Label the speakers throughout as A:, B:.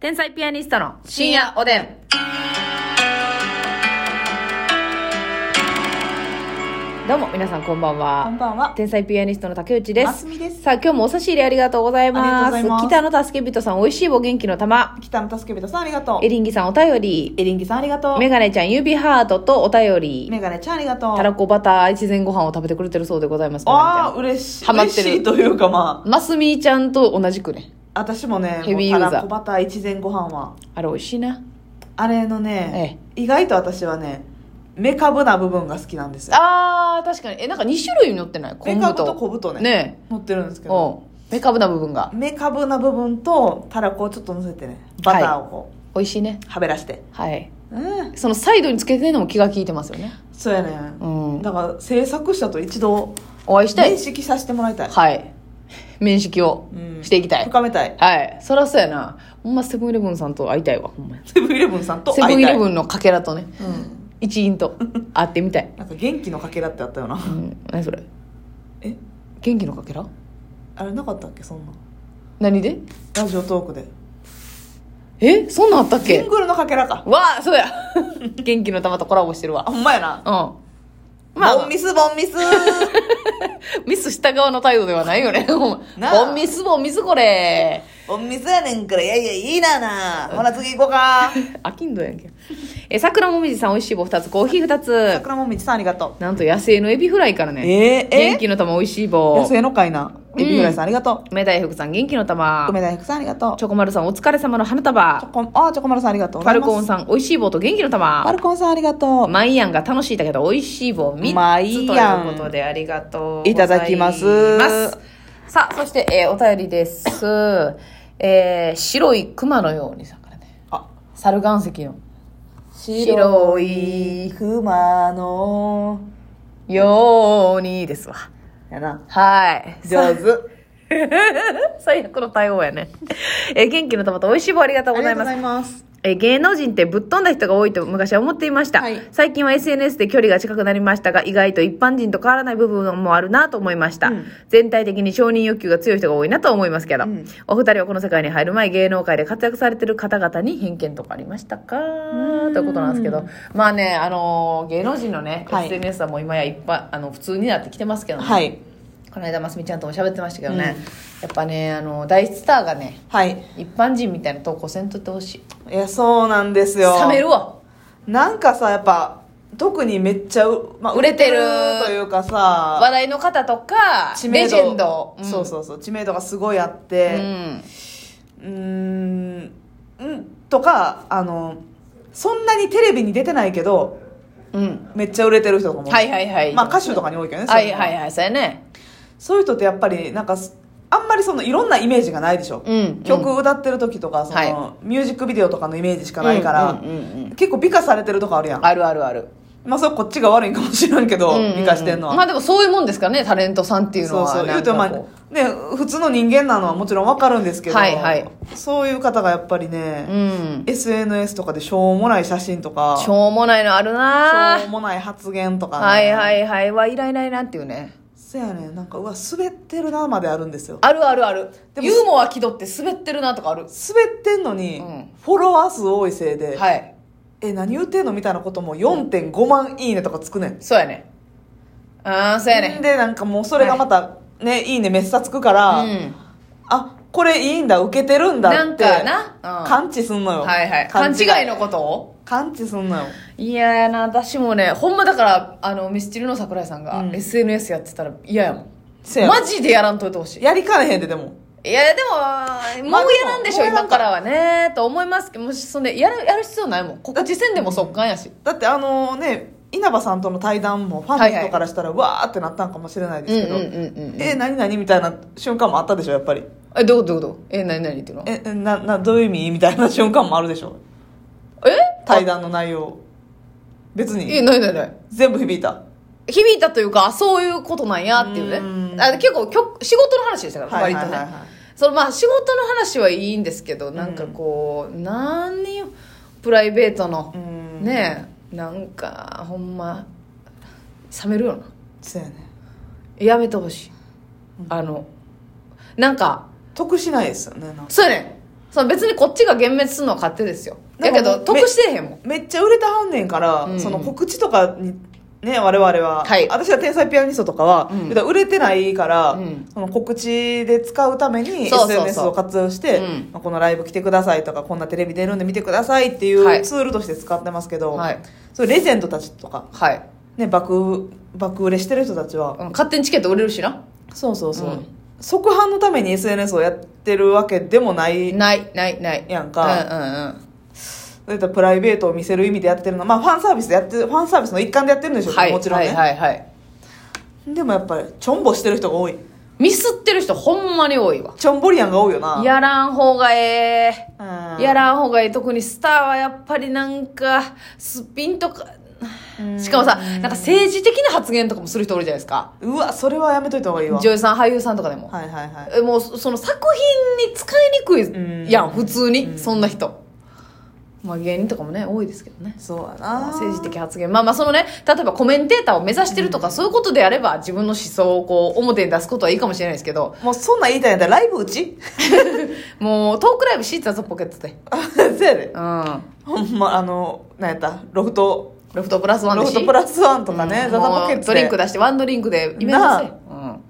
A: 天才ピアニストの深夜おでん。どうも皆さんこんばん
B: こん
A: は。
B: ばんは。
A: 天才ピアニストの竹内で
B: ます
A: す。
B: みです。
A: さあ今日もお差し入れありがとうございま
B: あ
A: す。
B: りがとうござい
A: 北野助け人さん、美味しい棒元気の玉。
B: 北野助け人さんありがと
A: エリンギさんお便り
B: う。。エリンギさんありがとう。
A: メガネちゃん指ハートとお便り。
B: メガネちゃんありがとう。
A: たらこバター越前ご飯を食べてくれてるそうでございます。
B: ああ、
A: メガネ
B: 嬉しい。
A: ハマってる
B: 嬉しいというかま
A: ちゃんマスミちゃんと同じくね。
B: あ、私もね、
A: ヘビーユーザー
B: もうたらこバター一膳ご飯は、
A: あれ美味しいな。
B: あれのね、意外と私はね、メカブな部分が好きなんですよ。
A: あー、確かに。え、なんか2種類乗ってない昆
B: メ
A: 布
B: カ
A: と。
B: ブと小太ね、
A: ね
B: 乗ってるんです
A: え。
B: けど、
A: おメカブな部分が。
B: メカブな部分とたらこをちょっと乗せてね、バターをこ
A: 美味しいね。
B: う、はべらして。
A: はい。
B: うん、
A: そのサイドにつけてるのも気が利いてますよね。
B: そうやね。
A: うん。
B: だから制作者と一度
A: お会いしたい
B: 認。識させてもらいたい、
A: はい。面識を
B: うん
A: していきたい。
B: 深めたい
A: はい。そらそうやな。ほんまセブンイレブンさんと会いたいわ、ほんまに
B: セブンイレブンさんと
A: セ
B: 会
A: ブ
B: いたい
A: ンイレブンのかけらとね、
B: うん
A: 一員と会ってみたい。
B: なんか元気のかけらってあったよな
A: うん。何それ
B: え
A: 元気のかけら
B: あれなかったっけそんな
A: 何で
B: ラジオトークで
A: えそんなんあったっ
B: ジ
A: け
B: ングルのかけらか
A: わあ、そうや。 元気の玉とコラボしてるわ。
B: あほんまやな
A: うん。まあ
B: ボンミスボンミス
A: ミスした側の態度ではないよね。ほんま
B: なあ
A: ボンミス、ボンミスこれ。
B: ボンミスやねんからいやいやいいななほな次行こうか
A: あきんどやんけ。え、桜もみじさん、美味しい棒2つ、コーヒー2つ。
B: 桜もみちさんありがと
A: なんと野生のエビフライから
B: う
A: ね。
B: えー、
A: 元
B: え
A: 気の玉、美味しい棒
B: 野。生の会なエビフライさんありがと
A: 梅大福さん、元気の
B: う
A: 玉。
B: 梅大福さんありがとう
A: チョコマルさん、お疲れ様の花
B: チョ
A: 束。
B: コあーチョコマルさんありがとう
A: ファルコン
B: さ
A: さん、美味しい棒と元気の
B: ファ
A: 玉
B: ル。コンさんありがとう
A: マイアンが楽しいだけど、美味しい棒
B: マ
A: 3つ
B: イ
A: と
B: ヤン
A: いうことで、ありがとうございます。
B: いただきます
A: さあ、そして、えーお便りです。えー白い熊のようにさんからね。
B: あ
A: 猿岩石の白
B: 白
A: い
B: い熊の
A: ようにですわ。
B: やな
A: はい。
B: 上手
A: 最悪の対応やね。えー元気の玉と美味しい棒ありがとうございます。
B: います
A: えー芸能人ってぶっ飛んだ人が多いと昔は思っていました、
B: はい
A: 最近は SNS で距離が近くなりましたが意外と一般人と変わらない部分もあるなと思いました、
B: うん
A: 全体的に承認欲求が強い人が多いなと思いますけど、
B: うん
A: お二人はこの世界に入る前芸能界で活躍されてる方々に偏見とかありましたかということなんですけどまあねあのー芸能人のね、
B: はい
A: SNS はもう今や一般あの普通になってきてますけどね、
B: はい
A: この間ますみちゃんとも喋ってましたけどね、
B: うん
A: やっぱねあの大スターがね
B: はい
A: 一般人みたいな投稿せんとってほしい
B: いやそうなんですよ
A: 冷めるわ
B: なんかさやっぱ特にめっちゃう、ま
A: 売れてる
B: というか
A: 話
B: さ
A: 題の方とか
B: 知
A: レ
B: 名
A: ジ
B: 度
A: ェンド、
B: そうそうそう知名度がすごいあっ
A: う
B: て
A: ん
B: うーんうんとかあのそんなにテレビに出てないけど
A: うん、
B: めっちゃ売れてる人とかも
A: はいはいはい
B: まあ歌手とかに多いけどね
A: はいはい
B: い
A: はいそうやね
B: そういう人ってやっぱりなんかすあんまりそのいろんなイメージがないでしょ、
A: うん
B: 曲歌ってる時とかその、
A: は
B: ミュージックビデオとかのイメージしかないから、
A: うんうんうんうん
B: 結構美化されてるとこあるやん
A: あるあるある
B: まあそれこっちが悪いんかもしれんけど、
A: うんうんうん
B: 美化してんのは、
A: まあでもそういうもんですからねタレントさんっていうの
B: そう
A: は
B: そう言
A: な
B: うんと
A: か
B: まあ
A: こ
B: ね普通の人間なのはもちろんわかるんですけど、
A: はいはい
B: そういう方がやっぱり
A: う
B: ね、
A: うん、
B: SNS とかでしょうもない写真とか
A: しょうもないのあるな
B: しょうもない発言とか、ね、
A: はいはいいはいはイライライラっていうね
B: そやねなんかうわ滑ってるなまであるんですよ
A: あるあるある
B: でも
A: ユーモア気取って滑ってるなとかある
B: 滑ってんのに、
A: うん
B: フォロワー数多いせいで、
A: はい
B: え何言うてんのみたいなことも4.5万いいねとかつくねん、
A: そうやねああそうやね
B: でなんかもうそれがまたね、い、いねめっさつくから、
A: うん
B: あこれいいんだ受けてるんだって
A: なんかなうん
B: 感知すんのよ
A: はいはい勘違いのことを
B: 感知すんのよ
A: 嫌やな私もねほんまだからあのミスチルの桜井さんが、
B: うん
A: SNS やってたら嫌やもん
B: せや
A: マジでやらんといてほしいい
B: やりかねへんででも
A: やでももうやらんでしょ、
B: まあでも
A: 今からはねと思いますけどもしそんでやるやる必要ないもん告知せんでも速乾やし
B: だってあのね稲葉さんとの対談もファンの人からしたら、わーってなったんかもしれないですけど、
A: うんうんうんうんうん
B: え何何みたいな瞬間もあったでしょやっぱり
A: えどうどうどうえ何何っていうのえ
B: ええななどういう意味みたいな瞬間もあるでしょ対談の内容別
A: え
B: に
A: 何何何
B: 全部響いた
A: 響いたというかあそういうことなんやっていうね
B: うん
A: あ結構きょ仕事の話でしたから、
B: はいはい
A: 割と
B: はい
A: ね、
B: はい
A: そのまあ仕事の話はいいんですけどなんかこう、何よプライベートの
B: うん
A: ねえなんかほんま冷めるよな
B: そうやね
A: やめてほしいあのなんか
B: 得しないですよねなんか
A: そうやねんその別にこっちが幻滅するのは勝手ですよ
B: な
A: だ
B: んか
A: けど
B: め
A: 得してへんもん
B: めっちゃ売れてはんねんから、
A: うん
B: その告知とかにね我々は、
A: はい
B: 私は天才ピアニストとかは、
A: うん
B: 言うたら売れてないから、
A: うん
B: その告知で使うために
A: そうそうそう
B: SNS を活用して、
A: うん
B: まあこのライブ来てくださいとかこんなテレビ出るんで見てくださいってい
A: はいう
B: ツールとして使ってますけど、
A: はい
B: そうレジェンドたちとか、
A: はい
B: ね、爆爆売れしてる人たちは、
A: うん勝手にチケット売れるしな
B: そうそうそ
A: う
B: う、
A: ん
B: 即販のために SNS をやってるわけでもない
A: ないないない
B: やんか、
A: かうんうん
B: そういったプライベートを見せる意味でやってるのまあファンサービスでやってファンサービスの一環でやってるんでし
A: う
B: ょ
A: ん
B: うけど、
A: はい
B: もちろんね、
A: はいはいはい
B: でもやっぱりちょんぼしてる人が多い
A: ミスってる人ほんまに多いわ
B: ちょんぼりやんが多いよな
A: やらん方がええ
B: うん
A: やらん方がいい特にスターはやっぱりなんかすっぴんとかしかもさなんか政治的な発言とかもする人おるじゃないですか
B: うわそれはやめといた方がいいわ
A: 女優さん俳優さんとかでも、
B: はいはいはい
A: えもうそその作品に使いにくいやん、
B: うん
A: 普通に、
B: うん
A: そんな人まあ芸人とかもね多いですけどね
B: そうやな
A: 政治的発言まあまあそのね例えばコメンテーターを目指してるとか、そういうことであれば自分の思想をこう表に出すことはいいかもしれないですけど
B: もうそんなん言いたいんやったらライブうち
A: もうトークライブシーツだぞポケットで
B: そうやで
A: うん
B: ほんまあのなんやったロフト
A: ロフトプラスワン
B: ロ
A: で
B: フ
A: し
B: トプラスワンとかね、
A: うん
B: ザザポケッ
A: もう
B: ト
A: ドリンク
B: だ
A: 出してワンドリンクでイベント
B: なあ
A: せえ、うん、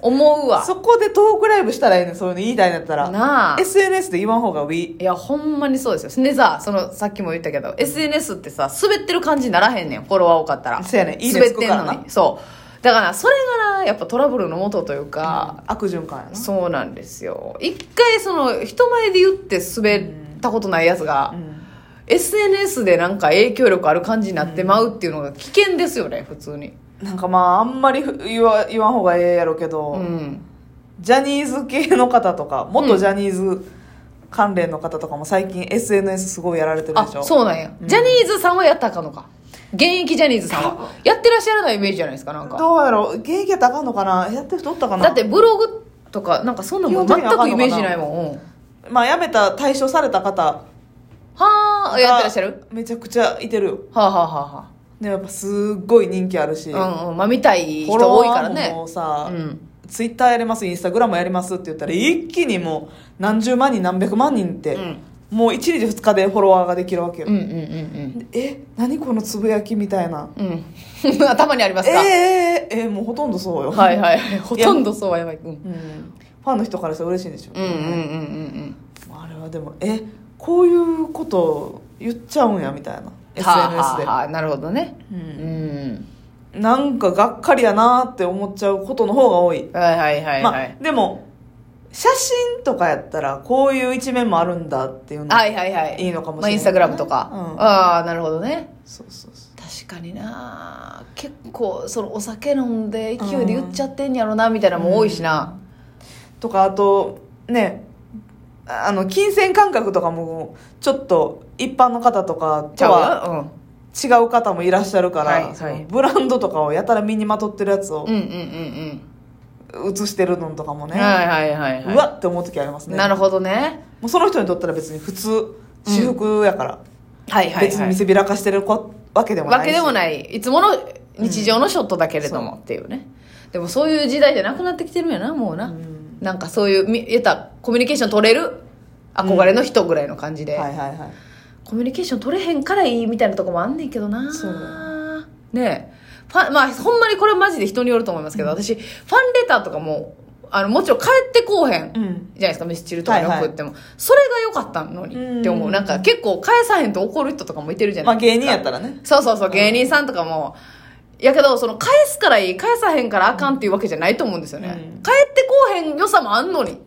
A: 思うわ
B: そこでトークライブしたらええねんそういうの言いたいんやったら
A: なあ
B: SNS で言わん方がウィ
A: いやほんまにそうですよでさそのさっきも言ったけど SNS ってさ滑ってる感じにならへんねんフォロワー多かったら
B: そうやねいいね
A: 滑ってん
B: つくか
A: の
B: ら
A: にそうだからそれがなやっぱトラブルの元というか、
B: 悪循環やな
A: そうなんですよ一回その人前で言って滑ったことないやつが、
B: ん
A: SNS でなんか影響力ある感じになってまうっていうのが危険ですよね普通に
B: なんかまああんまりふ言わ言わん方がええやろうけど、
A: うん
B: ジャニーズ系の方とか元ジャニーズ関連の方とかも最近 SNS すごいやられてるでしょ
A: あそうなんや、
B: うん
A: ジャニーズさんはやったらあかんのか現役ジャニーズさんはやってらっしゃらないイメージじゃないですかなんか
B: どうやろう現役やったらあかんのかなやってる人おったかな
A: だってブログとかなんかそんなもん
B: 基本
A: 全
B: 的にあかんの
A: く
B: かな
A: イメージないもん、うん
B: まあ辞めた退所された方
A: はあ
B: が
A: やってらっしゃる
B: めちゃくちゃいてるよ
A: はあはあはあは
B: でもやっぱすっごい人気あるし、
A: あうんうんまあ見たい
B: フ
A: 人
B: ォロ
A: 多い
B: ワ
A: から
B: ーもも
A: ね
B: うさ、
A: うん
B: ツイッターやりますインスタグラムやりますって言ったら一気にもう何十万人何百万人って、
A: うん
B: もう1日2日でフォロワーができるわけよ、
A: うんうんうん
B: え何このつぶやきみたいな
A: うんうん 頭にあります
B: えー、
A: か、
B: えーえーもうほとんどそうよ
A: はいはいはいほとんどそうはやばいうん
B: うん、ファンの人からしたら嬉しいんでしょ
A: うんうんうんうん
B: あれはでもえこういうことを言っちゃうんやみたいな
A: うんはあ
B: SNS
A: は
B: で
A: あはあなるほどね
B: う
A: うんん
B: なんかがっかりやなーって思っちゃうことの方が多い、
A: はいはいはい
B: ま
A: はい
B: あでも写真とかやったらこういう一面もあるんだっていうの
A: はいはいはい
B: いいのかもしれない
A: まあ、インスタグラムとか、
B: うん
A: ああなるほどね
B: そうそうそ
A: 確かにな結構そのお酒飲んで勢いで言っちゃってんやろなみたいなのも多いしな、
B: うとかあとねあの金銭感覚とかもちょっと一般の方とか
A: ち
B: と
A: ゃ
B: は
A: うよ、
B: 違う方もいらっしゃるから、
A: はいはい
B: そのブランドとかをやたら身にまとってるやつを
A: うん、うんうんうん
B: 写してるのとかも
A: うん、
B: ね、
A: はいはいはいはいう
B: わって思う時ありますね
A: なる
B: も
A: ほどね
B: うその人にとったら別に普通私服やから、
A: はいはい、
B: 別に見
A: はい、
B: せびらかしてるこわけでもないし
A: わけでもないいつもの日常のショットだけれども、っていうねでもそういう時代じゃなくなってきてるんやなもうな、
B: うん
A: なんかそういうみ得たコミュニケーション取れる憧れの人ぐらいの感じで、
B: はいはいはい
A: コミュニケーション取れへんからいいみたいなとこもあんねんけどな
B: そう
A: ねえファンまあほんまにこれマジで人によると思いますけど、私ファンレターとかもあのもちろん帰ってこうへん、
B: う
A: じゃ
B: ん
A: ないですかメスチルとかに
B: はいはい
A: 送っても、それが良かったのにって思う、
B: うん
A: なんか結構返さへんと怒る人とかもいてるじゃな
B: まあ
A: いです
B: 芸
A: か、
B: 人やったらね
A: そうそうそう芸人さんとかも、やけどその返すからいい返さへんからあかんっていうわけじゃないと思うんですよね、
B: うん
A: 帰ってこうへん良さもあんのに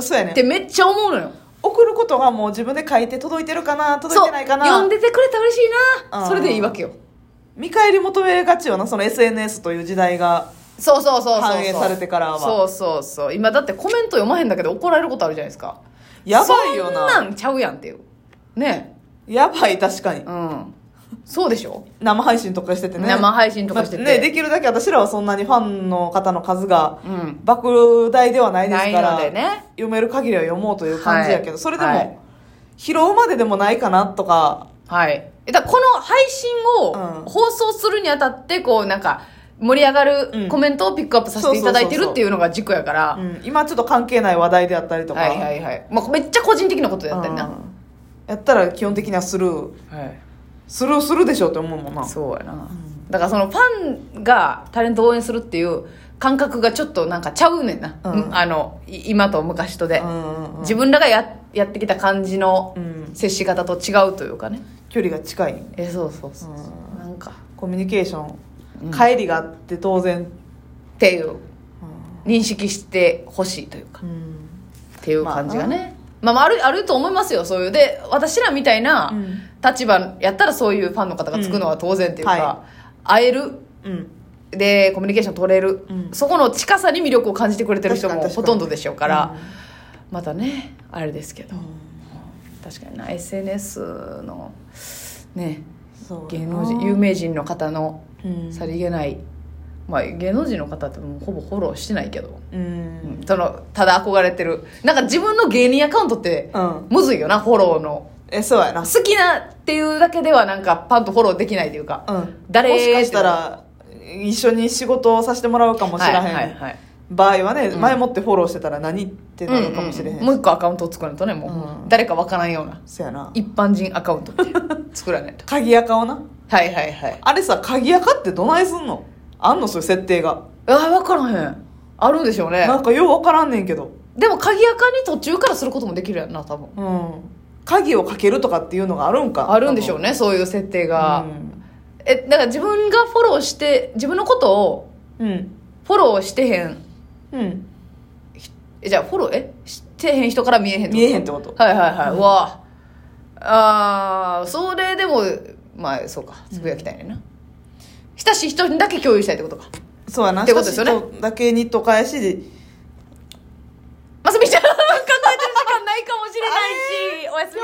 B: そうや
A: って
B: ね
A: めっちゃ思うのよ
B: 送ることがもう自分で書いて届いてるかな届いてないか
A: そう
B: な
A: 呼んでてくれたら嬉しいな、
B: うん
A: それでいいわけよ
B: 見返り求めがちよなその SNS という時代が
A: そうそうそうそうそう
B: 反映されてからは
A: そうそうそう今だってコメント読まへんだけど怒られることあるじゃないですか
B: やばいよ
A: そん
B: な
A: なんちゃうやんっていうね
B: やばい確かに
A: うんそうでしょ
B: 生配信とかしててね
A: 生配信とかしてて
B: まあねできるだけ私らはそんなにファンの方の数が
A: うん
B: 莫大ではないです
A: ない
B: から
A: のでね
B: 読める限りは読もうという感じやけど、
A: はい
B: それでも、
A: はい
B: 拾うまででもないかなとか
A: はいえだからこの配信
B: うん
A: を放送するにあたってこうなんか盛り上が
B: う
A: る
B: ん
A: コメントをピックアップさせていただいてるっていうのが軸やから、
B: うん、今ちょっと関係ない話題であったりとか、
A: はいはいはい、まあ、めっちゃ個人的なことやったりな、
B: うんやったら基本的にはスルー
A: はい
B: スルーするでしょうって思うもんな
A: そうやな、だからそのファンがタレントを応援するっていう感覚がちょっとなんかちゃうねんな、
B: うん
A: うんあのい今と昔とで、
B: うんうんうん
A: 自分らがややってきた感じの
B: うん
A: 接し方と違うというかね
B: 距離が近い
A: えそうそうそうそう、
B: うん
A: なんか
B: コミュニケーション、
A: うん
B: 帰りがあって当然、
A: っていう認識してほしいというか
B: うん
A: っていう感じがね、まあ、まあ、あるあると思いますよそういうで私らみたいな
B: うん
A: 立場やったらそういうファンの方がつくのは当然っていうか、
B: うんは
A: 会える
B: うん
A: でコミュニケーション取れる、
B: うん
A: そこの近さに魅力を感じてくれてる人
B: 確
A: も
B: かに確か
A: ほ
B: に
A: とんどでしょうからまたねあれですけど、確かにな SNS のね
B: そう
A: 芸能人有名人の方の
B: うん
A: さりげない、まあ、芸能人の方ってもうほぼフォローしてないけど、
B: うん
A: うんそのただ憧れてるなんか自分の芸人アカウントって
B: うん
A: むずいよなフォローの
B: えそうやな
A: 好きなっていうだけではなんかパンとフォローできないというか、
B: うん
A: 誰
B: もしかしたら一緒に仕事をさせてもらうかもしれへん、
A: はいはいはい
B: 場合はね、
A: うん
B: 前もってフォローしてたら何ってなるかもしれへ
A: う
B: ん、
A: んうんもう一個アカウントを作らないとねもう、
B: うん
A: 誰かわからんような
B: そうやな
A: 一般人アカウントみたいな作らないと
B: 鍵垢をな
A: はいはいはい
B: あれさ鍵垢ってどないすんのあんのそういう設定が
A: あわからへんあるんでしょうね
B: なんかようわからんねんけど
A: でも鍵アカに途中からすることもできるやんな多分
B: うん鍵をかけるとかっていうのがあるんか
A: あるんでしょうねそういう設定が、えだから自分がフォローして自分のことを
B: うんうん、
A: フォローしてへん
B: うん、
A: えじゃあフォローえしてへん人から見えへんってこと
B: 見えへんってこと
A: はいはいはい、うわああーそれでもまあそうかつぶやきたいねんな、親しい人にだけ共有したいってことか
B: そうやな
A: ってことですよね
B: 親しい人だけにと返しで
A: ますみちゃん考えてる時間ないかもしれないしおやすみ